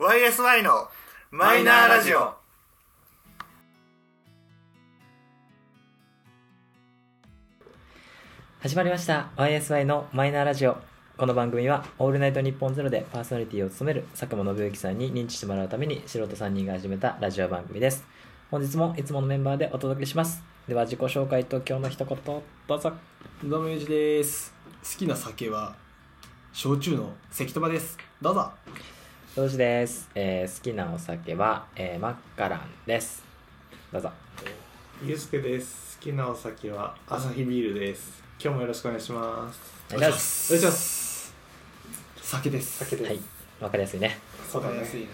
YSY のマイナーラジオ。始まりました YSY のマイナーラジオこの番組は「オールナイトニッポンゼロでパーソナリティを務める佐久間信之さんに認知してもらうために素人3人が始めたラジオ番組です本日もいつものメンバーでお届けしますでは自己紹介と今日の一言どうぞどうもゆうじです好きな酒は焼酎の関とばですどうぞどうしです、えー好きなお酒は、えーマッカランですどうぞゆうすけです。好きなお酒はアサヒビールです。今日もよろしくお願いします。お願いしますお願いします。酒です酒です。はいわかりやすいねそわうかりだやね。すいね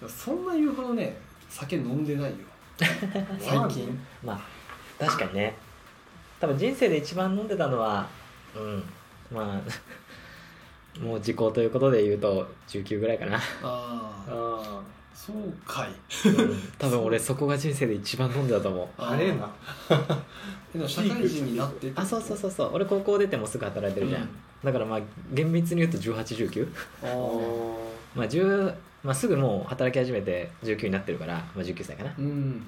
でもそんな言うほどね酒飲んで ないよ最近まあ確かにね多分人生で一番飲んでたのはうんまあ もう時効ということで言うと19ぐらいかな、あああそうかいうん 多分俺そこが人生で一番飲んでたと思うあ、あれな。でも社会人になってあそうそうそうそう俺高校出てもうすぐ働いてるじゃん、うんだからまあ厳密に言うと1819あーおまあ10まあすぐもう働き始めて19になってるから、まあ、19歳かなうん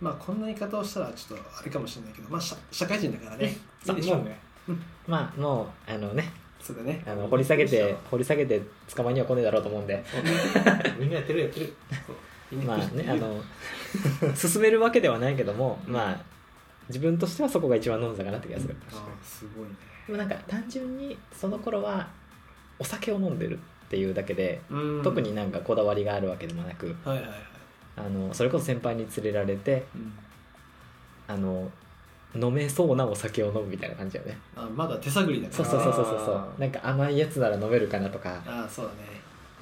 まあこんな言い方をしたらちょっとあれかもしれないけどまあ社社会人だからねー。いいでしょもうね。まあもうあのねそうだねあの掘り下げて掘り下げて捕まえには来ねえだろうと思うんでみんなやってるやってる。まあ ね、あの進めるわけではないけども、まあ自分としてはそこが一番飲んだかなって気がする、あーすごいねでもなんか単純にその頃はお酒を飲んでるっていうだけで、うん特になんかこだわりがあるわけでもなくはいはいはい、あのそれこそ先輩に連れられてうんあの飲めそうなお酒を飲むみたいな感じだよねあまだ手探りだかそうらそうそうそうそうそうあーなんか甘いやつなら飲めるかなとかああそう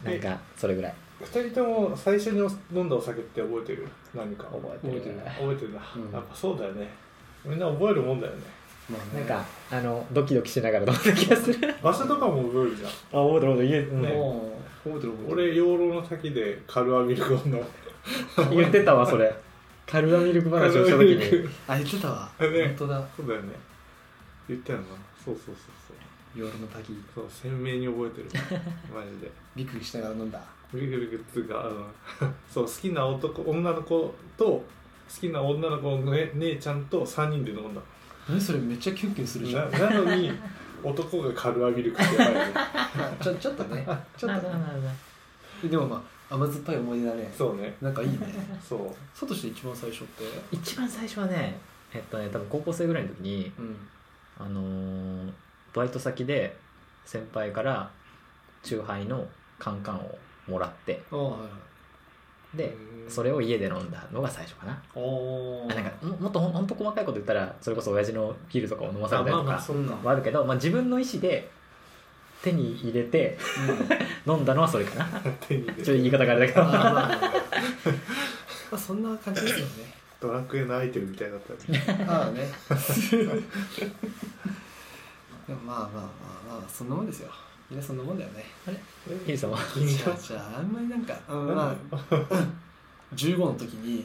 だねなんかそれぐらい二人とも最初に飲んだお酒って覚えてる何か。覚えてる覚えてるな。うんやっぱそうだよね。みんな覚えるもんだよね。まあねなんかあのドキドキしながら飲んだ気がする場所とかも覚えるじゃん。あ覚えてる覚えてるねもう覚えてる覚えてる俺、養老の滝でカルアミルクを飲んだ。 言ってたわそれカルダミルク話をした時にあ言ってたわ、ね本当だそうだよね。言ったよな。そうそうそうそう。夜の滝そう鮮明に覚 えてるマジでびっくりしながら飲んだビクビクっていうかあの そう好きな男女の子と好きな女の子の、ね、姉ちゃんと3人で飲んだ何それめっちゃキュンキュンするじゃんななのに男がカルアミルクってやばいよねちょちょっとね ちょっとねでもまあ甘酸っぱい思い出だねそうねなんかいいねそうそうとして一番最初って一番最初はねえっとね多分高校生ぐらいの時に、うんあのーバイト先で先輩からチューハイのカンカンをもらってああはいはいでそれを家で飲んだのが最初かなおあなんかももっとほんほんと細かいこと言ったらそれこそ親父のビールとかを飲まされたりまあとまあかそんなはあるけど、まあ、自分の意思で手に入れて飲んだのはそれか なちょっ手にと言でい方があれだけどまあまあまあまあそんな感じですよねドラクエのアイテムみたいだったねああねでもまあまあまあまあそんなもんですよみんなそんなもんだよね ゆりさんはじゃあじゃああんまりなんか、うんまあ、15の時に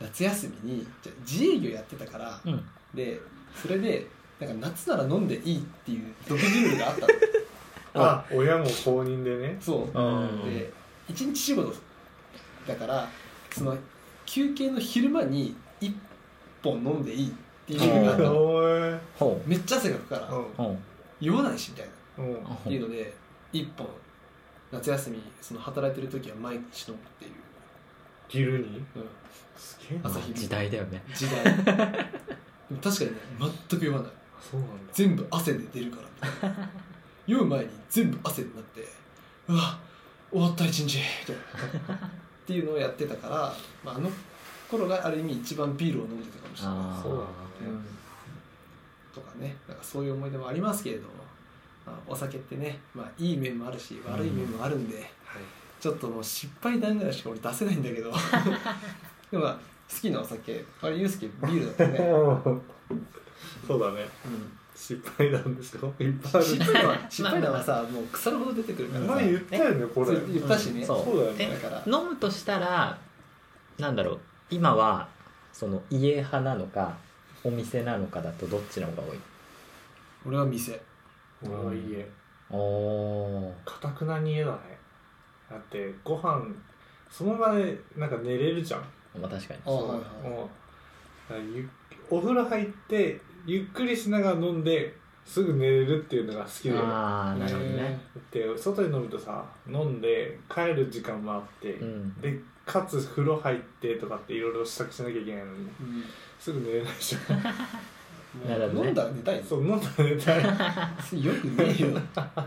夏休みにじゃあ自営業やってたから、うんでそれでなんか夏なら飲んでいいっていう独自ルールがあったのあ親も公認でねそううんで一日仕事だからその休憩の昼間に1本飲んでいいっていうルールがあったの おーいほめっちゃ汗がかくからううほ酔わないしみたいなっんうんうていうので1本夏休みその働いてる時は毎日飲むっていう、昼にうん、すげえな朝まあ時代だよね時代でも確かにね全く酔わないそうなんだ全部汗で出るから酔う前に全部汗になってうわ終わった一日みたいなっていうのをやってたから、まあ、あの頃がある意味一番ビールを飲んでたかもしれなあそうなんい、だうねんとかねなんかそういう思い出もありますけれども、まあお酒ってね、まあ、いい面もあるし悪い面もあるんで、はいちょっともう失敗談ぐらいしか俺出せないんだ けどでもまあ好きなお酒あれユうスケビールだったよね、 そうだねうん失敗なんでしょいっぱいある失敗談失敗談はさもう腐るほど出てくるからさ前言ったよねこそれれ言ったしね、うんそそううそうだよだねから飲むとしたらなんだろう今はその家派なのかお店なのかだとどっちの方が多い俺は店俺は家おかたくなに家だねだってご飯その場でなんか寝れるじゃんまあ確かにあはいはいもうだからゆっお風呂入ってゆっくりしながら飲んですぐ寝れるっていうのが好きでだああなるほどね、って外で飲むとさ飲んで帰る時間もあって、うんでかつ風呂入ってとかっていろいろ支度しなきゃいけないのにうんもすぐ寝れないじゃ んうなるほどね飲んだら寝たいそう飲んだら寝たい確かよくねえよ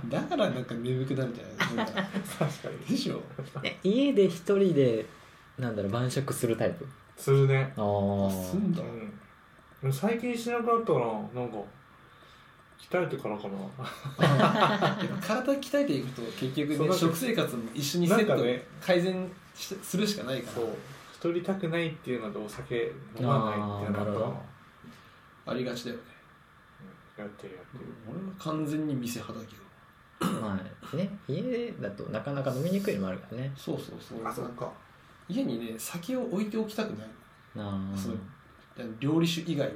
だからなんか眠くなるんじゃないなんかにでしょえ家で一人でなんだろう晩酌するタイプするねああすんだうんでも最近しなくなったななんか鍛えてからかなあーやっぱ体鍛えていくと結そう局なねんか食生活も一緒にセッなんトかでね改善しするしかないかそう太りたくないっていうのでお酒飲まないあーなってなったるほのどらありがちだよねやってるやってる俺は完全に店派だけどまあね家だとなかなか飲みにくいのもあるからねそうそうそうか家にね酒を置いておきたくないああそう料理酒以外を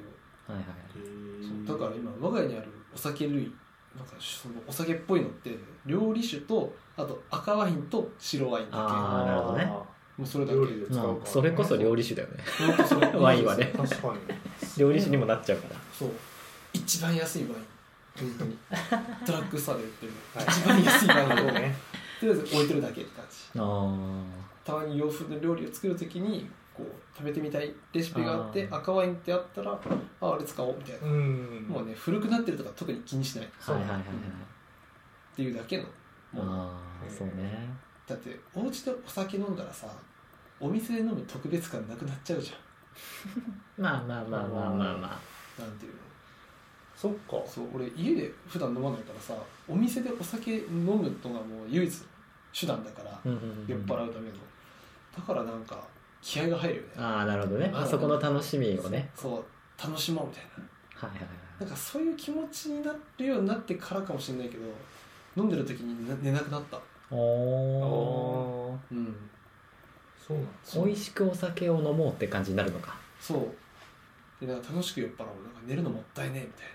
はいはいそうだから今我が家にあるお酒類なんかそのお酒っぽいのって料理酒とあと赤ワインと白ワインだあーなるほどねけもうそれだけ料理で使うからまねあそれこそ料理酒だよねほんとそれワインはね確か料理酒にもなっちゃうからそう一番安いワイン本当にドラッグストアで売ってる、はい一番安いワインをにとりあねえず置いてるだけって感じあたまに洋風の料理を作るときにこう食べてみたいレシピがあってあー赤ワインってあったらああれ使おうみたいな、うんもうね古くなってるとか特に気にしないっあはいはいはいはいていうだけのものああそうねだってお家でお酒飲んだらさお店で飲む特別感なくなっちゃうじまあまあまあまあまあまあゃんなんていうのそっかそう俺家で普段飲まないからさお店でお酒飲むのがもう唯一手段だからうんうんうん酔っ払うためのだからなんか気合が入るよねああなるほどねまああそこの楽しみをねそう楽しもうみたいなはいはいはいなんかそういう気持ちになるようになってからかもしれないけど飲んでる時にな寝なくなったおおああうんそうなんです美味しくお酒を飲もうって感じになるのかそうでなんか楽しく酔っ払うなんか寝るのもったいねえみたいな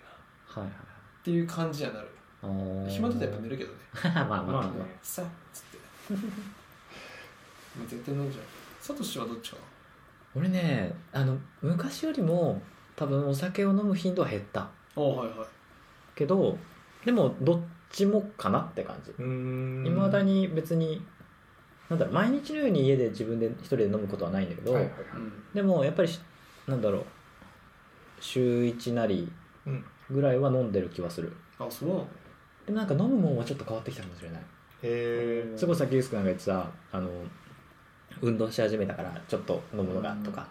はいはいっていう感じにはなるおー暇だとやっぱ寝るけどね まあまあままああまあねさあっつってまあ絶対飲んじゃうサトシはどっちかな俺ねあの昔よりも多分お酒を飲む頻度は減ったあはいはいけどでもどっちもかなって感じうーんいまだに別になんだろう毎日のように家で自分で一人で飲むことはないんだけど、はいはいはいうんでもやっぱりしなんだろう週1なりうんぐらいは飲んでる気はするあそうなのでもなんか飲むもんはちょっと変わってきたかもしれないへえそれこそさっきユースくんが言ってたあの運動し始めたからちょっと飲むのがとか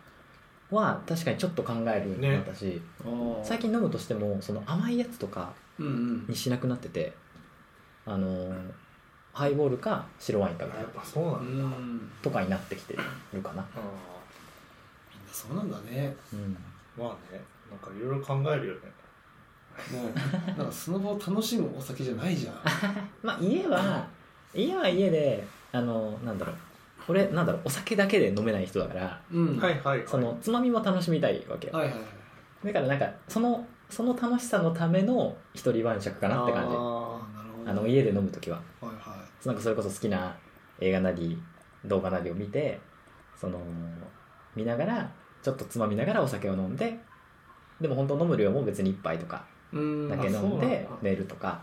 は確かにちょっと考えるようになったし、あ最近飲むとしてもその甘いやつとかうんうんにしなくなっててあのーハイボールか白ワインかみたいやなっぱそうなうんだんみとかになってきてるかな、あんなそうなんだ ねうん、ーまあねなんかいろいろ考えるよねもうなんかその場を楽しむお酒じゃないじゃんまあ家は家は家であのーなんだろう俺なんだろうお酒だけで飲めない人だからうんはいはいはいそのつまみも楽しみたいわけよはいはいはいだからなんかそのその楽しさのための一人晩酌かなって感じああなるほどの家で飲む時ははいはなんかそれこそ好きな映画なり動画なりを見てその見ながらちょっとつまみながらお酒を飲んででも本当飲む量も別に一杯とかいうんだけ飲んあそうでなんだ寝るとか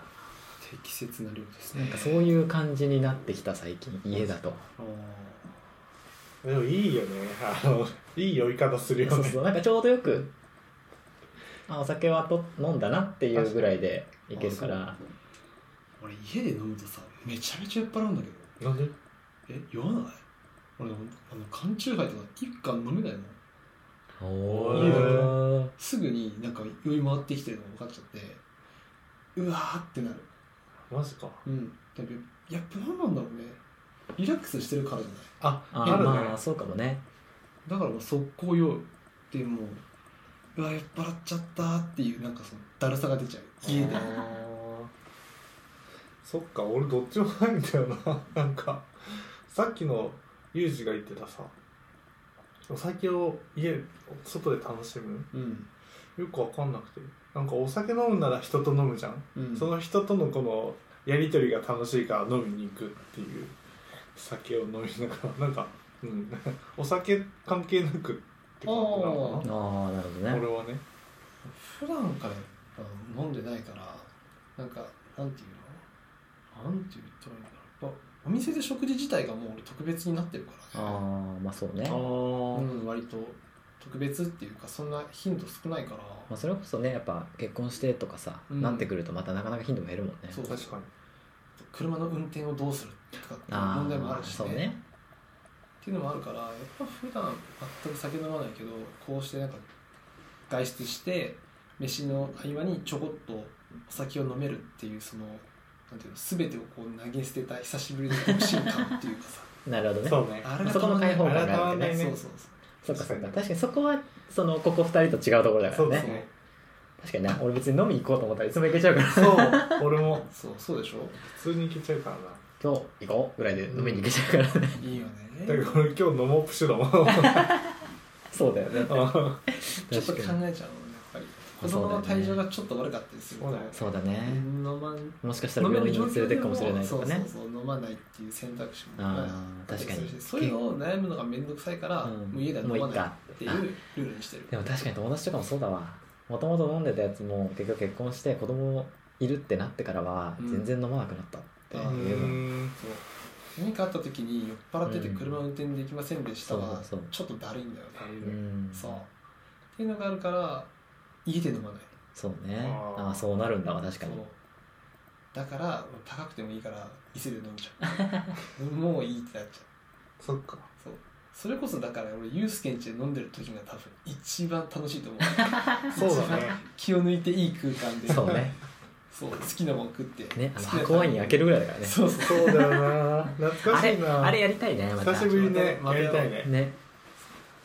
適切な量ですなんねかそういう感じになってきた最近家だとあーでもいいよねあのいい酔い方するよそうねそうなんかちょうどよくあお酒はと飲んだなっていうぐらいでいけるからー俺家で飲むとさめちゃめちゃ酔っ払うんだけどなんでえ酔わない俺あの缶チューハイとか一缶飲めないのおおーすぐになんか酔い回ってきてるのが分かっちゃってうわーってなるマジかうんでもやっぱ何なんだろうねリラックスしてるからじゃないあああるね、まあそうかもねだからもう速攻酔うっていうもううわ酔っ払っちゃったっていうなんかそのだるさが出ちゃう家であーそっか俺どっちもないんだよななんかさっきのユージが言ってたさお酒を家外で楽しむうん、よくわかんなくてなんかお酒飲むなら人と飲むじゃん、うん、その人とのこのやり取りが楽しいから飲みに行くっていう酒を飲みながらなんか、うん、お酒関係なくって感じなのかああなるほどなね俺はね普段からやっぱ飲んでないからなんかなんていうのなんて言ったらいいんだろうやっぱお店で食事自体がもう俺特別になってるからねああまあそうねあうーん、割と特別っていうかそんな頻度少ないから、まあ、それこそねやっぱ結婚してとかさ、うんなってくるとまたなかなか頻度も減るもんねそう確かに車の運転をどうするとかっていうああ問題もあるしそうねっていうのもあるからやっぱ普段全く酒飲まないけどこうしてなんか外出して飯の合間にちょこっとお酒を飲めるっていうそのなんていうの全てをこう投げ捨てた久しぶりの独身感っていうか さなるほどねそうねあれがそこの解放感があるわけあれが変わんないねそうねそうそうそうかそう確かかに確かにそこはそのここ2人と違うところだからそうねですね確かにな俺別に飲みに行こうと思ったらいつも行けちゃうからそう俺もそうそうでしょ普通に行けちゃうからな今日行こうぐらいで飲みに行けちゃうからね、いいよねだけど俺今日飲もうプッシュだ もんそうだよねあちょっと考えちゃ確うかもんにねやっぱり子供の体重がちょっと悪かったりするとそうだよねそうだね飲まんもしかしたら病院に連れてくかもしれないとかねそうそうそう飲まないっていう選択肢もああ確かにそれを悩むのが面倒くさいから、うんもう家では飲まもういないいかっていうルールにしてるでも確かに友達とかもそうだわもともと飲んでたやつも結局結婚して子供いるってなってからはうん全然飲まなくなったってあーいうのはそう何かあった時に酔っ払っててうん車運転できませんでしたそうは、そうそうちょっとだるいんだよね、うんそうっていうのがあるから家で飲まないそうねあーああそうなるんだわ確かにそうだから高くてもいいから店で飲んじゃう もういいってなっちゃうそっかそうそれこそだから俺ユースケん家で飲んでる時が多分一番楽しい と思うそうだね気を抜いていい空間でそうねそう好きなもん食ってねあ好のきな箱ワイン開けるぐらいだからねそうそうそうだよな懐かあしれいなあれやりたいねまた久しぶりにねまたやりたいねね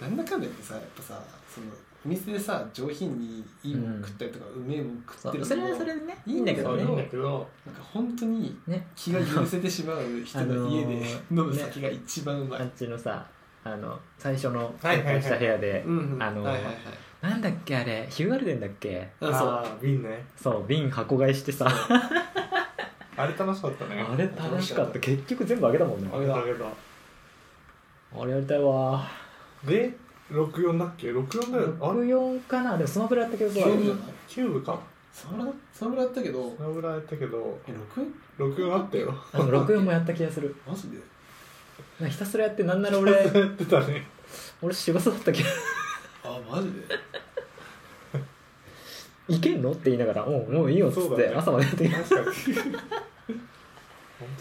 なんだかんだ言ってさやっぱさそのお店でさ上品にいいもん食ったりとか、うめえもん食そってるうのそれはそれでねいいんだけどそういいんだねけどなんか本当にね気が許せてしまう人の家で あのー飲む酒が一番うまい、あっちのさあの最初のはいはいはいした部屋でうんうんあのーはいはいはいなんだっけあれヒューガルデンだっけうんそうあー瓶ねそう瓶箱買いしてさあれ楽しかったねあれ楽しかった結局全部あげたもんねあげたあげたあれやりたいわで64だっけ64だよあれ64かなでもスマブラやったけどキューブじゃなそいキューブかそれそれだったけどそのぐらいやったけどえ6円64あったよう64もやった気がするマジでなんかひたすらやってなんならや俺ってたね俺仕事だったけどあマジで「いけんの?」って言いながら「うんもういいよ」っつそっうだてね朝までやって確かに本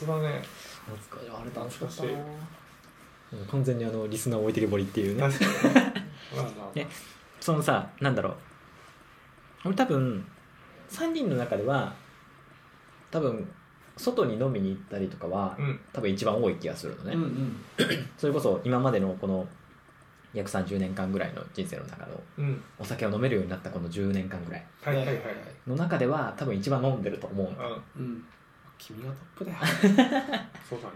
当だね懐かしいあれ楽楽ししかかっったなたなうん完全にあのリスナーを置いてけぼりっていうね確かにまあまあねそのさなんだろう俺多分3人の中では多分外に飲みに行ったりとかはうん多分一番多い気がするのね、うんうんそれこそ今までのこの約30年間ぐらいの人生の中のうんお酒を飲めるようになったこの10年間ぐらいはいはいはいはいの中では多分一番飲んでると思うのううんん君がトップだ よそうだね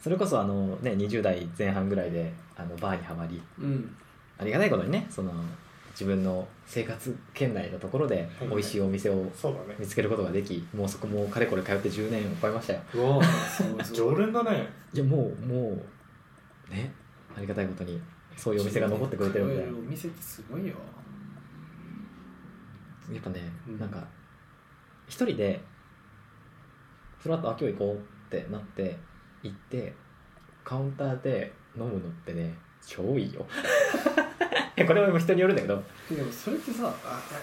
それこそあの、ね、20代前半ぐらいであのバーにはまりうんありがたいことにねその自分の生活圏内のところではい美味しいお店をそうだね見つけることができもうそこもかれこれ通って10年を超えましたようわすごいすごい常連だねいやもうもうねありがたいことにそういうお店が残ってくれてるんでお店ってすごいよやっぱね、うんなんか一人でふらっと「あ今日行こう」ってなって行ってカウンターで飲むのってね超い いよいやこれはもう人によるんだけどでもそれってさあ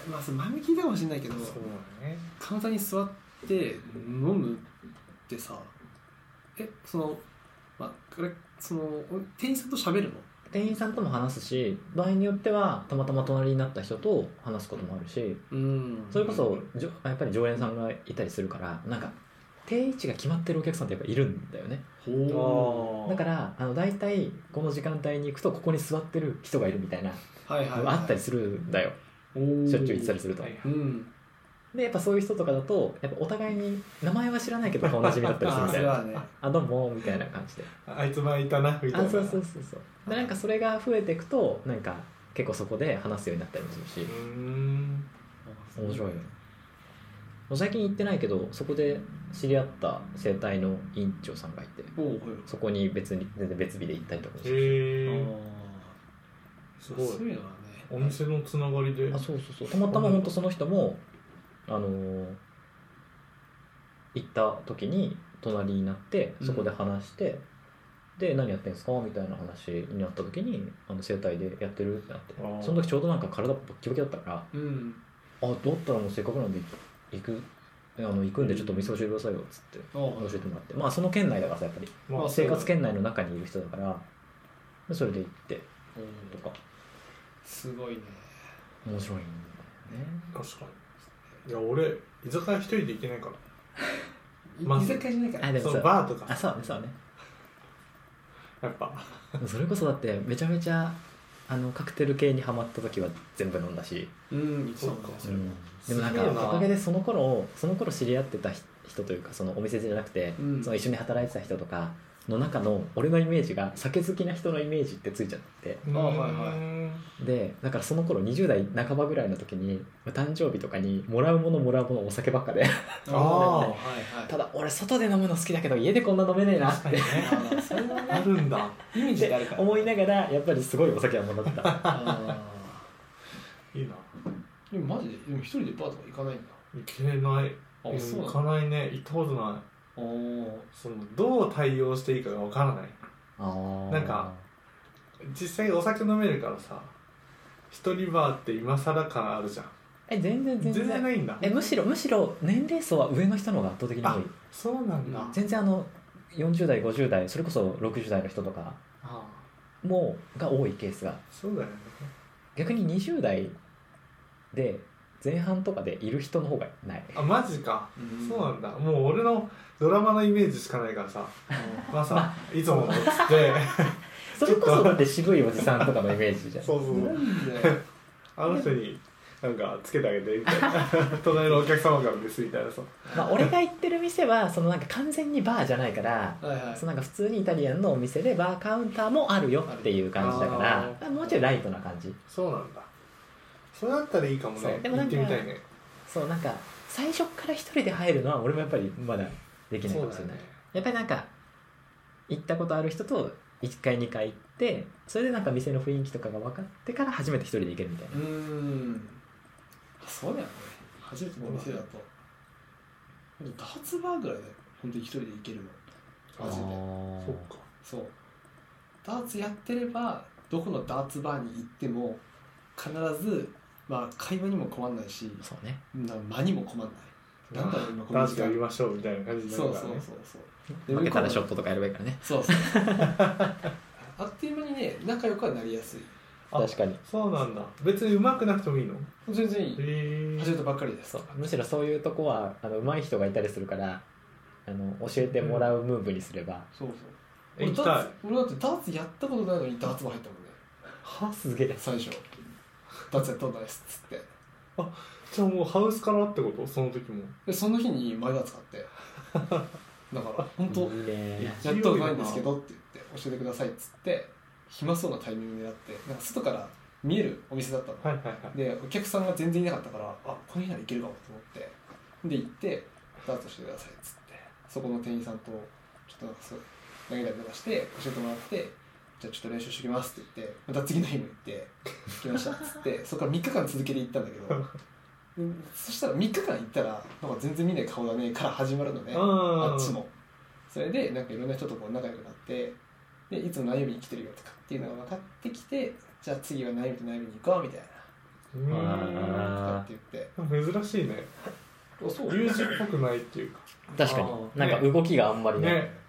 まあそれ前も聞いたかもしれないけどそうだねカウンターに座って飲むってさえそのまあこれそのお店員さんと喋るの店員さんとも話すし場合によってはたまたま隣になった人と話すこともあるしうんそれこそじょやっぱり常連さんがいたりするからなんか定位置が決まってるお客さんってやっぱいるんだよねほだからあの大体この時間帯に行くとここに座ってる人がいるみたいなうはいはい、はい、あったりするんだよししょっちゅう行ってたりするとはいはいうんでやっぱそういう人とかだとやっぱお互いに名前は知らないけど顔なじみだったりするあみそたい れなはねあどうもみたいな感じであいつ前いたなみたいあなそうそうそうそうでなんかそれが増えていくとなんか結構そこで話すようになったりもするうしーん面白いよう最近行ってないけどそこで知り合った生態の院長さんがいておおはいそこに別に全然別日で行ったりとかもしてへえあーすごいそういうのはねお店のつながりであそうそうそうたまたま本当その人もあのー行った時に隣になってそこで話して、で何やってんすかみたいな話になった時にあの整体でやってるってなってあーその時ちょうどなんか体バッキバキだったからうんあだったらもうせっかくなんで行くあの行くんでちょっとお店教えてくださいよっつってああ教えてもらってまあその県内だからさやっぱりまあそう生だね活圏内の中にいる人だからでそれで行ってとかすごいね面白いんだよね確かにいや俺居酒屋一人で行けないからいま居ず酒屋じゃないかあらでもそのさバーとあかそうねそうねやっぱ それこそだってめちゃめちゃあのカクテル系にはまった時は全部飲んだし、うん行ってたもんそねそうかれはでもなんすげえかなおかげでその頃その頃知り合ってた人人というかそのお店じゃなくて、うんその一緒に働いてた人とかの中の俺のイメージが酒好きな人のイメージってついちゃってうんあはいはいでだからその頃20代半ばぐらいの時に誕生日とかにもらうものもらうものお酒ばっかでああーはいはい ただ俺外で飲むの好きだけど家でこんな飲めねえなっ確かにてねあーそれはあるんだイメージってあるから 思いながらやっぱりすごいお酒はもらってたあいいなーでもマジででも一人でバーとか行かないんだ行けないあそう行なかのないね行ったことないおおそのどう対応していいかがわからな いなんか実際お酒飲めるからさ一人バーって今更感あるじゃんえ全然全全然然ないんだえむしろむしろ年齢層は上の人の方が圧倒的に多いそうなんだうん全然あの40代50代それこそ60代の人とかあもが多いケースがそうだよね逆に20代で前半とかでいる人の方がないあマジかうんそうなんだもう俺のドラマのイメージしかないからさまあさいつものっつってそれこそだって渋いおじさんとかのイメージじゃん そうそうそうなんだよあの人になんかつけてあげてみたいな 隣のお客様からですみたいなさまあ、俺が行ってる店はそのなんか完全にバーじゃないからはいはい そのなんか普通にイタリアンのお店でバーカウンターもあるよっていう感じだからあーもうちょいライトな感じそうなんだそれだったらいいかもそねうでも行なんっかてみたいねそうなんか最初から一人で入るのは俺もやっぱりまだできないそかうもだしよれない、ねやっぱりなんか行ったことある人と1回2回行ってそれでなんか店の雰囲気とかが分かってから初めて一人で行けるみたいうな、ーんそうだよね初めてのお店だとダーツバーぐらいだよ本当に一人で行けるのマジであーそっかそうダーツやってればどこのダーツバーに行っても必ずまあ会話にも困んないしそうねな間にも困んないなんだろう今このダン時スやり間ましょうみたいな感じになそるうかそらうねそうそうで負けたら向ショこットとかやればいいからねそうそう あっという間にね仲良くはなりやすいあ確かにそうなんだ別にうまくなくてもいいのへ全然いいえ始めたばっかりですそうむしろそういうとこはあの上手い人がいたりするからあの教えてもらうムーブにすれば、そうそう行俺きダたーいツ俺だってダーツやったことないのにダーツも入ったもんねはすげえ最 初ダーツやったことないですっつってじゃあもうハウスからってことその時もでその日に前ダーツ買って だから本当いいねやったことないんですけどって言って教えてくださいっつって暇そうなタイミングでやってなんか外から見えるお店だったの、はいはいはいでお客さんが全然いなかったからあこの日ならいけるかもと思ってで行ってダーツしてくださいっつってそこの店員さんとちょっとなんかすごい投げたりとかして教えてもらってじゃあちょっと練習してきますって言ってまた次の日も行って行きましたっつって そこから3日間続けて行ったんだけどうんそしたら3日間行ったらなんか全然見ない顔だねから始まるのねああっちもそれでなんかいろんな人とこう仲良くなってでいつも何曜日に来てるよとかっていうのが分かってきてじゃあ次は何曜日と何曜日に行こうみたいなうーとあんかって言って珍しいねあそ友人っぽくないっていうか確かあにーなんか動きがあんまりない、ね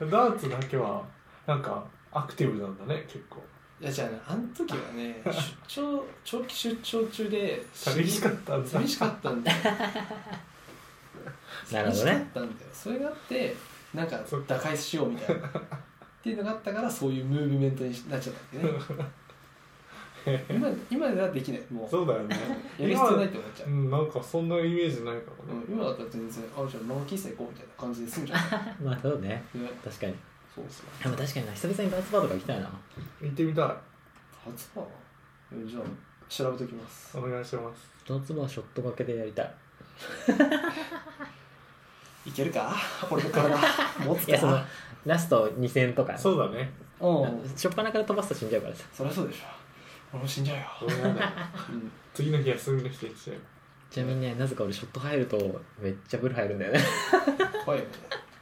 ダーツだけはなんかアクティブなんだね結構いやじゃあねあの時はね出張長期出張中で寂しかったんだ寂しかったん だよな寂るほしどかねったんだよそれがあってなんかそっか打開しようみたいなっていうのがあったからそういうムーブメントになっちゃったんだよね今今ではできないもうそうだよねやる必要ないって思っちゃううんなんかそんなイメージないかうらねん今だったら全然あじゃあ満喫生行こうみたいな感じで済むじゃんねまあそうね 確かにそうっすねでも確かにな久々にダーツバーとか行きたいな行ってみたい初パワーじゃあ調べときますお願いしますダーツバーショット掛けでやりたいいけるか俺の体持ついやそのかラスト2戦とかそうだねうん初っ端から飛ばすと死んじゃうからさそりゃそうでしょ俺も死んじゃうよ、俺やだようん、次の日休みの日にしちゃうよちなみにねなぜか俺ショット入るとめっちゃブル入るんだよね怖いよね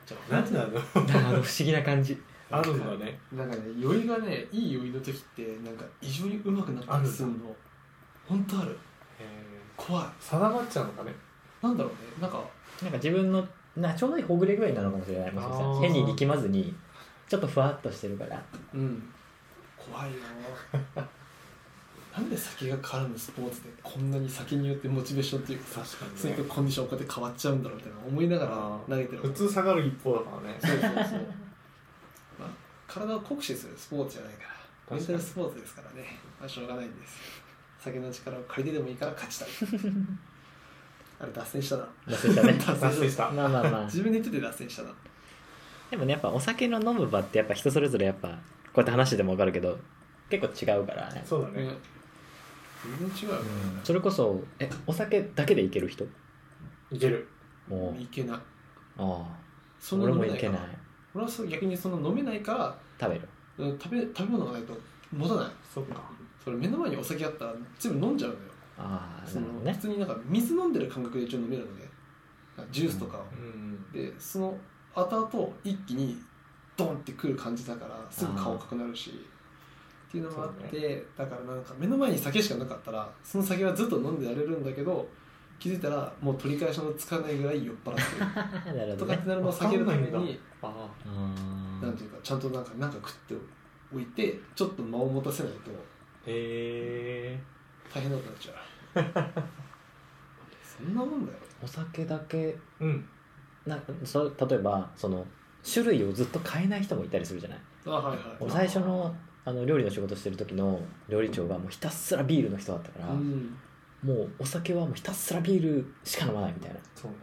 じゃあ何なのあの不 思議な感じあるんだねなんかね酔いがねいい酔いの時ってなんか異常に上手くなったりするの本当あるへえ怖い定まっちゃうのかねなんだろうねなんかなんか自分のなちょうどいいほぐれ具合なのかもしれないもしかしたあらー変に力まずにちょっとふわっとしてるからうん怖いよなんで酒が絡むスポーツでこんなに酒によってモチベーションっていうかさ確かそういコンディションこうやって変わっちゃうんだろうみたいな思いながあーら投げてる普通下がる一方だからねそう そうそうまあ体を酷使するスポーツじゃないからメンタルスポーツですからね、まあ、しょうがないんですよ酒の力を借りてでもいいから勝ちたいあれ脱線したな忘れ たね達成したまあまあまあ自分で言ってて脱線したなでもねやっぱお酒の飲む場ってやっぱ人それぞれやっぱこうやって話してても分かるけど結構違うからねそうだうんね全然違うよね、それこそえお酒だけでいける人いけるもういけないああそんな俺飲もめいないかけらない俺はそう逆にその飲めないから食べるうん食べ食べ物がないと持たないそっかそれ目の前にお酒あったら全部飲んじゃうのよああそなるのほ普どね通になんか水飲んでる感覚で一応飲めるのでジュースとかを、うんでその後々一気にドンってくる感じだからすぐ顔赤くなるしっていうのもあってそだからなんか目の前に酒しかなかったらその酒はずっと飲んでられるんだけど気づいたらもう取り返しのつかないぐらい酔っ払ってあ あなる るほとどかっねてなるのを避けるためわかんないにああなんていうかちゃんとなんかなんか食っておいてちょっと間を持たせないとーへえ大変なことになっちゃう そんなもんだよお酒だけうんなそ例えばその種類をずっと変えない人もいたりするじゃないあはい俺は最初のあの料理の仕事してる時の料理長がもうひたすらビールの人だったから、いうんもうお酒はもうひたすらビールしか飲まないみたいなそうね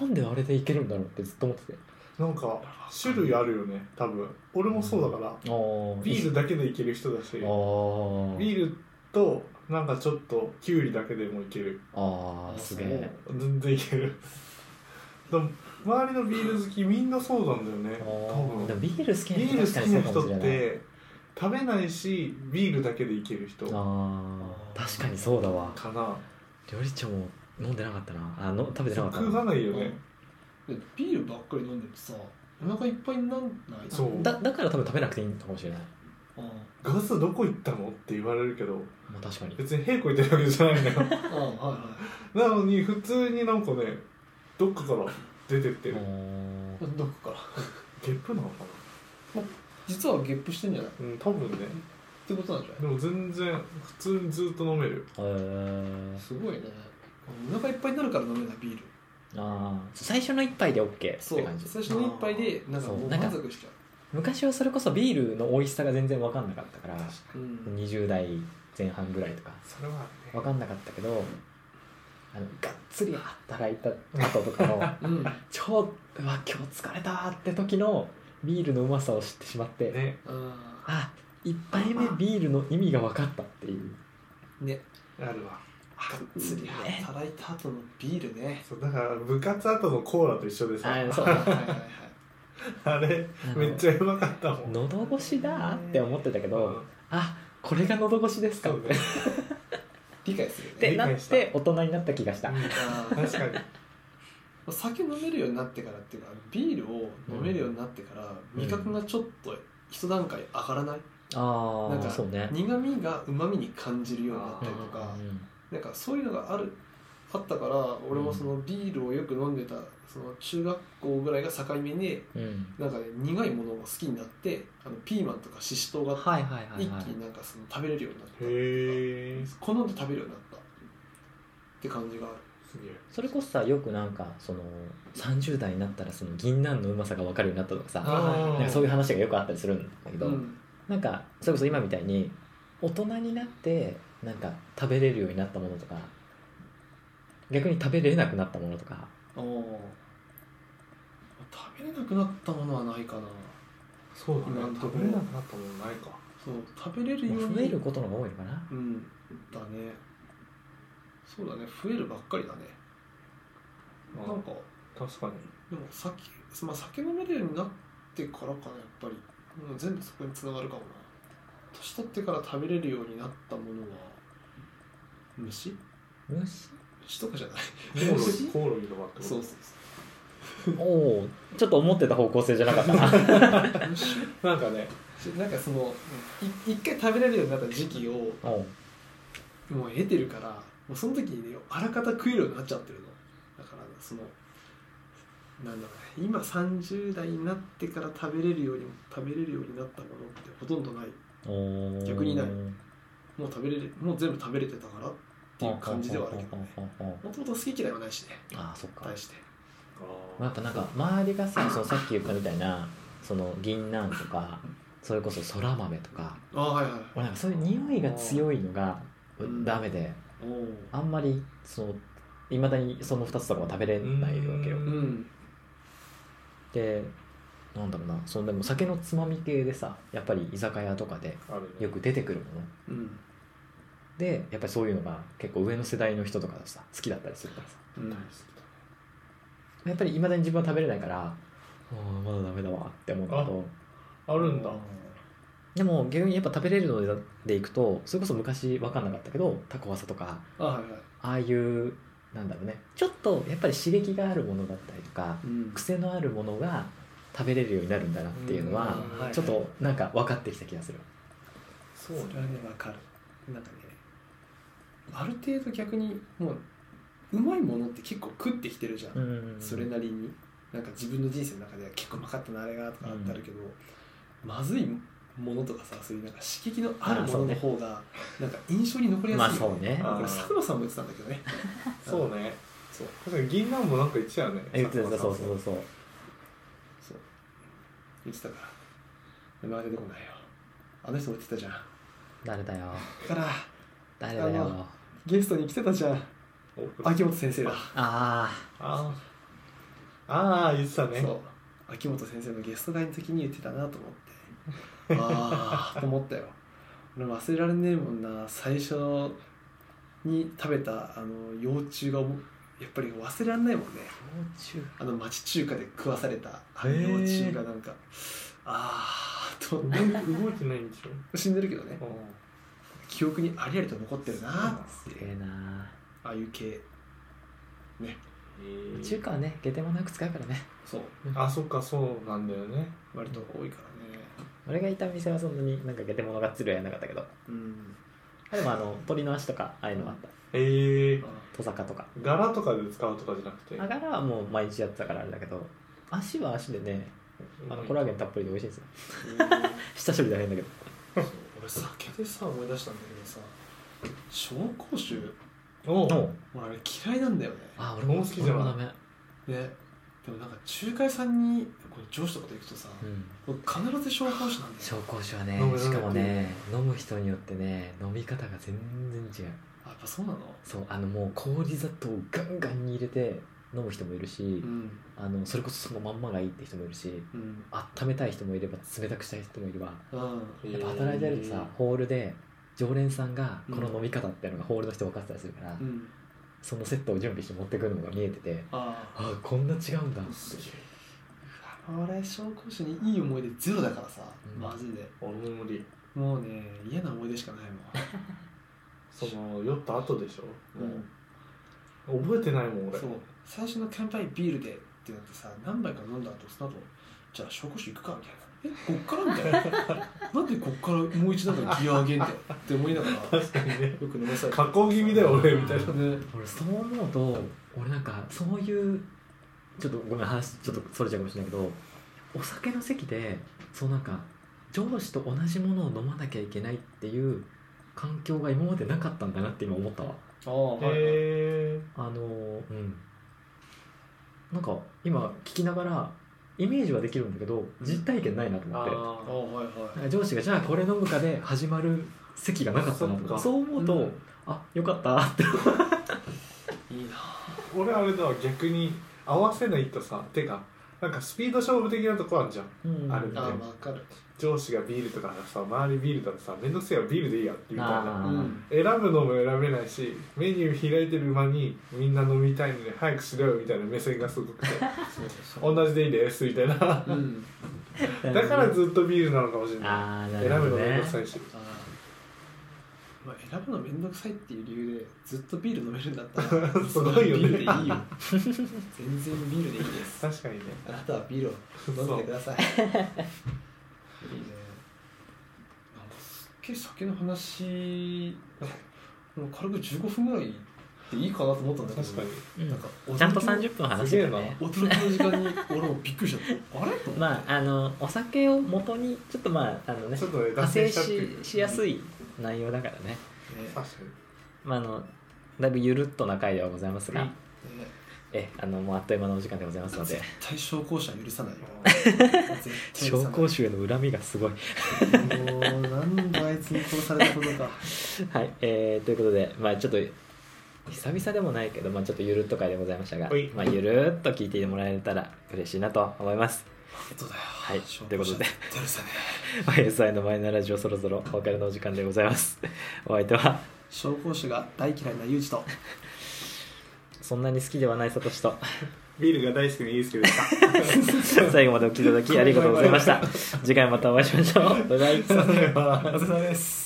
なんであれでいけるんだろうってずっと思っててなんか種類あるよね多分俺もそうだからあビールだけでいける人だあしービールとなんかちょっとキュウリだけでもいけるあーすげえ全然いけるでも周りのビール好きみんなそうなんだよねあ多ーでも分ビール好きビーな人ル確か好にきそうなかもしれな人っいて食べないしビールだけでいける人かあー確かにそうだわな料理長も飲んでなかったなあの食べてなかった食わなないよねでビールばっかり飲んでるとさお腹いっぱいになんないそうだだから多分食べなくていいのかもしれないうんガスどこ行ったのって言われるけどまあ確かに別に平行行ってるわけじゃないんだよ うんはなのに普通になんかねどっかから出てってあーるいはいどこからゲップなのか実はゲップしてんじゃないっなうん多分ねてことなんじゃなでも全然普通にずっと飲めるへーいすごいねお腹いっぱいになるから飲めないビールあー最初の一杯で OK ってそう感じ最初の一杯でなんかもそううなんか満足しちゃ昔はそれこそビールの美味しさが全然分かんなかったからううん20代前半ぐらいとかそれはね分かんなかったけどあのがっつり働いた後とかのうん超うわ今日疲れたわって時のビールのうまさを知ってしまって、ねああ一杯目ビールの意味が分かったっていうーねあるわがっつり働いた後のビール ねそうだから部活後のコーラと一緒でさあは そういはいはいあれあのめっちゃうまかったもん喉越しだって思ってたけうどんあこれが喉越しですかそっうてね理解するよってねなって大人になった気がした、あー確かにお 酒飲めるようになってからっていうかビールを飲めるようになってからうん味覚がちょっと一段階上がらない、あなんあかそうね苦味がうまみに感じるようになったりとか、うんうんうんなんかそういうのがあるあったから俺もそのビールをよく飲んでたその中学校ぐらいが境目でうんなんかね苦いものが好きになってあのピーマンとかししとうがはいはいはい一気はいになんかその食べれるようになった、へえ好んで食べるようになったって感じがあるすげえそれこそさよくなんかその30代になったらその銀杏のうまさが分かるようになったとかさあーなんかそういいう話がよくあったりするんだけど、うんなんかそれこそ今みたいに大人になってなんか食べれるようになったものとか逆に食べれなくなったものとかおー食べれなくなったものはないかなそうだなんねか食べれなくなったもんないかそう食べれるようまあに増えることの方が多いのかなうんだねそうだね増えるばっかりだねあなんか確かにでも酒,、まあ、酒飲めるようになってからかなやっぱり、うん、全部そこにつながるかもな年取ってから食べれるようになったものは虫虫虫とかじゃないコオロギコオロギとかってことそうそうそおおちょっと思ってた方向性じゃなかったなう虫なんかね なんかそのい一回食べれるようになった時期をおうもう得てるからもうその時にねあらかた食えるようになっちゃってるのだからねそのなんだろうね今30代になってから食べれるように食べれるようになったものってほとんどないおー逆にないもう食べれるもう全部食べれてたからっていう感じではあるけどねほうほうほうほうもともと好き嫌いはないしねああそっか大してやっぱなんか周りがさそのさっき言ったみたいなその銀杏とかそれこそそら豆とかああはいはい俺なんかそういう匂いが強いのがうんダメでおおあんまりそのいまだにその2つとかは食べれないわけようんうんでなんだろうなそのでも酒のつまみ系でさやっぱり居酒屋とかであるねよく出てくるもうのんでやっぱりそういうのが結構上の世代の人とかがさ好きだったりするからさうん大好やっぱりいまだに自分は食べれないからあーまだダメだわって思うけどきだあるんだでも逆にやっぱ食べれるのででいくとそれこそ昔分かんなかったけどタコワサとかあはいはいああいうなんだろうねちょっとやっぱり刺激があるものだったりとかうん癖のあるものが食べれるようになるんだなっていうのはうんはいちょっとなんか分かってきた気がするそうそれはねわかるなんかねある程度逆にもううまいものって結構食ってきてるじゃん、それなりになんか自分の人生の中では結構うまかったなあれがとかってあるけど、まずいものとかさそういうなんか刺激のあるものの方がなんか印象に残りやすいまあそうねあこれ佐久間さんも言ってたんだけどねそうねそう確かに銀杏もなんか一やね言ってたそうそうそうそう言ってたから名前出てこないよあの人も言ってたじゃんだ誰だよから誰だあよのゲストに来てたじゃんあ秋元先生だああーあー言ってたねそう秋元先生のゲスト会の時に言ってたなと思 ってああと思ったよ俺忘れられねえもんな最初に食べたあの幼虫がもやっぱり忘れられないもんねあ中あの町中華で食わされたあへの幼え虫がなんかああと思って動いてないんでしょ死んでるけどねあ記憶にありありと残ってるなすってげえなああいう系ー中華はね下手もなく使うからねそうあそっかそうなんだよね割と多いからね俺がいた店はそんなになんか下手物がっつりはやらなかったけど うんあでもあの鳥の足とかああいうのもあったええあトサカとか柄とかで使うとかじゃなくてあ柄はもう毎日やってたからあれだけど足は足でねあのコラーゲンたっぷりで美味しいんですよーうん下処理大変だけどそう俺酒でさ思い出したんだけどさ紹興酒おおうう俺あれ嫌いなんだよねあ俺俺もも好きじゃん俺もダメねでもなんか仲介さんにこれ上司とかと行くとさ、うん俺必ず紹興酒なんだよ紹興酒はね飲むしかもね飲む人によってね飲み方が全然違うあやっぱそうなのそうあのもう氷砂糖をガンガンに入れて飲む人もいるし、うんあのそれこそそのまんまがいいって人もいるしうん温めたい人もいれば冷たくしたい人もいればうんやっぱ働いてるとさホールで常連さんがこの飲み方っていうのがホールの人分かってたりするから、うんそのセットを準備して持ってくるのが見えててあああこんな違うんだってすげえ俺紹興酒にいい思い出ゼロだからさ、うんマジで俺も無理もうね嫌な思い出しかないもんその酔った後でしょうんもう覚えてないもん俺そう最初の乾杯ビールでってなってさ何杯か飲んだ後その後じゃあ紹興酒行くかみたいなえこっからみたいな なんでこっからもう一段階ギア上げんだよって思いながらよ確かにねく飲まされ加工気味だよ俺みたい なね俺そう思うと俺なんかそういうちょっとごめん話ちょっとそれちゃうかもしれないけどお酒の席でそうなんか上司と同じものを飲まなきゃいけないっていう環境が今までなかったんだなって今思ったわああはいはい、へえあのーうんなんか今聞きながらイメージはできるんだけど実体験ないなと思って、ああはいなんはか上司がじゃあこれ飲むかで始まる席がなかったなとそっかかそう思うと、うんあよかったっていいいな俺あれだわ逆に合わせないとさてかなんかスピード勝負的なとこあるじゃんうんあるねあーわかる上司がビールとかさ周りビールだとさめんどくせえわビールでいいやってみたいあなーうん選ぶのも選べないしメニュー開いてる間にみんな飲みたいので早くしろよみたいな目線がす ごくてそうそう同じでいいですみたいなだうんからずっとビールなのかもしれなあーいな選るほぶどのねめんどくさいしあーまあ選ぶのめんどくさいっていう理由でずっとビール飲めるんだった らすごいよねビールでいいよ 全然ビールでいいです確かにねあなたはビールを飲んでくださいいいねなんかすっげえ酒の話なんかもう軽く15分ぐらいでいいかなと思ったんだけど確かにうんなんかちゃんと30分話してたね驚きの時間に俺もびっくりしちゃったあれと思ってまああのお酒を元にちょっとまああのねちょっとね派生脱線しちゃってしるしやすい内容だからね、ね確かまあ、あのだいぶゆるっとな回ではございますが、うんねえあのもうあっという間のお時間でございますので絶対証拠者許さないよ絶対許紹さない興酒への恨みがすごいもうなんであいつに殺されたことか はい、えーということでまあちょっと久々でもないけど、まあ、ちょっとゆるっと回でございましたがはい、まあ、ゆるっと聞いてもらえたら嬉しいなと思います そうだよいということで許さね YSI のマイナーラジオそろそろお別れのお時間でございます お相手は証拠者が大嫌いなユージとそんなに好きではないサトシ とにビールが大好きでいいですけど最後までお聞きいただきありがとうございました次回またお会いしましょうバイバイお疲れ様です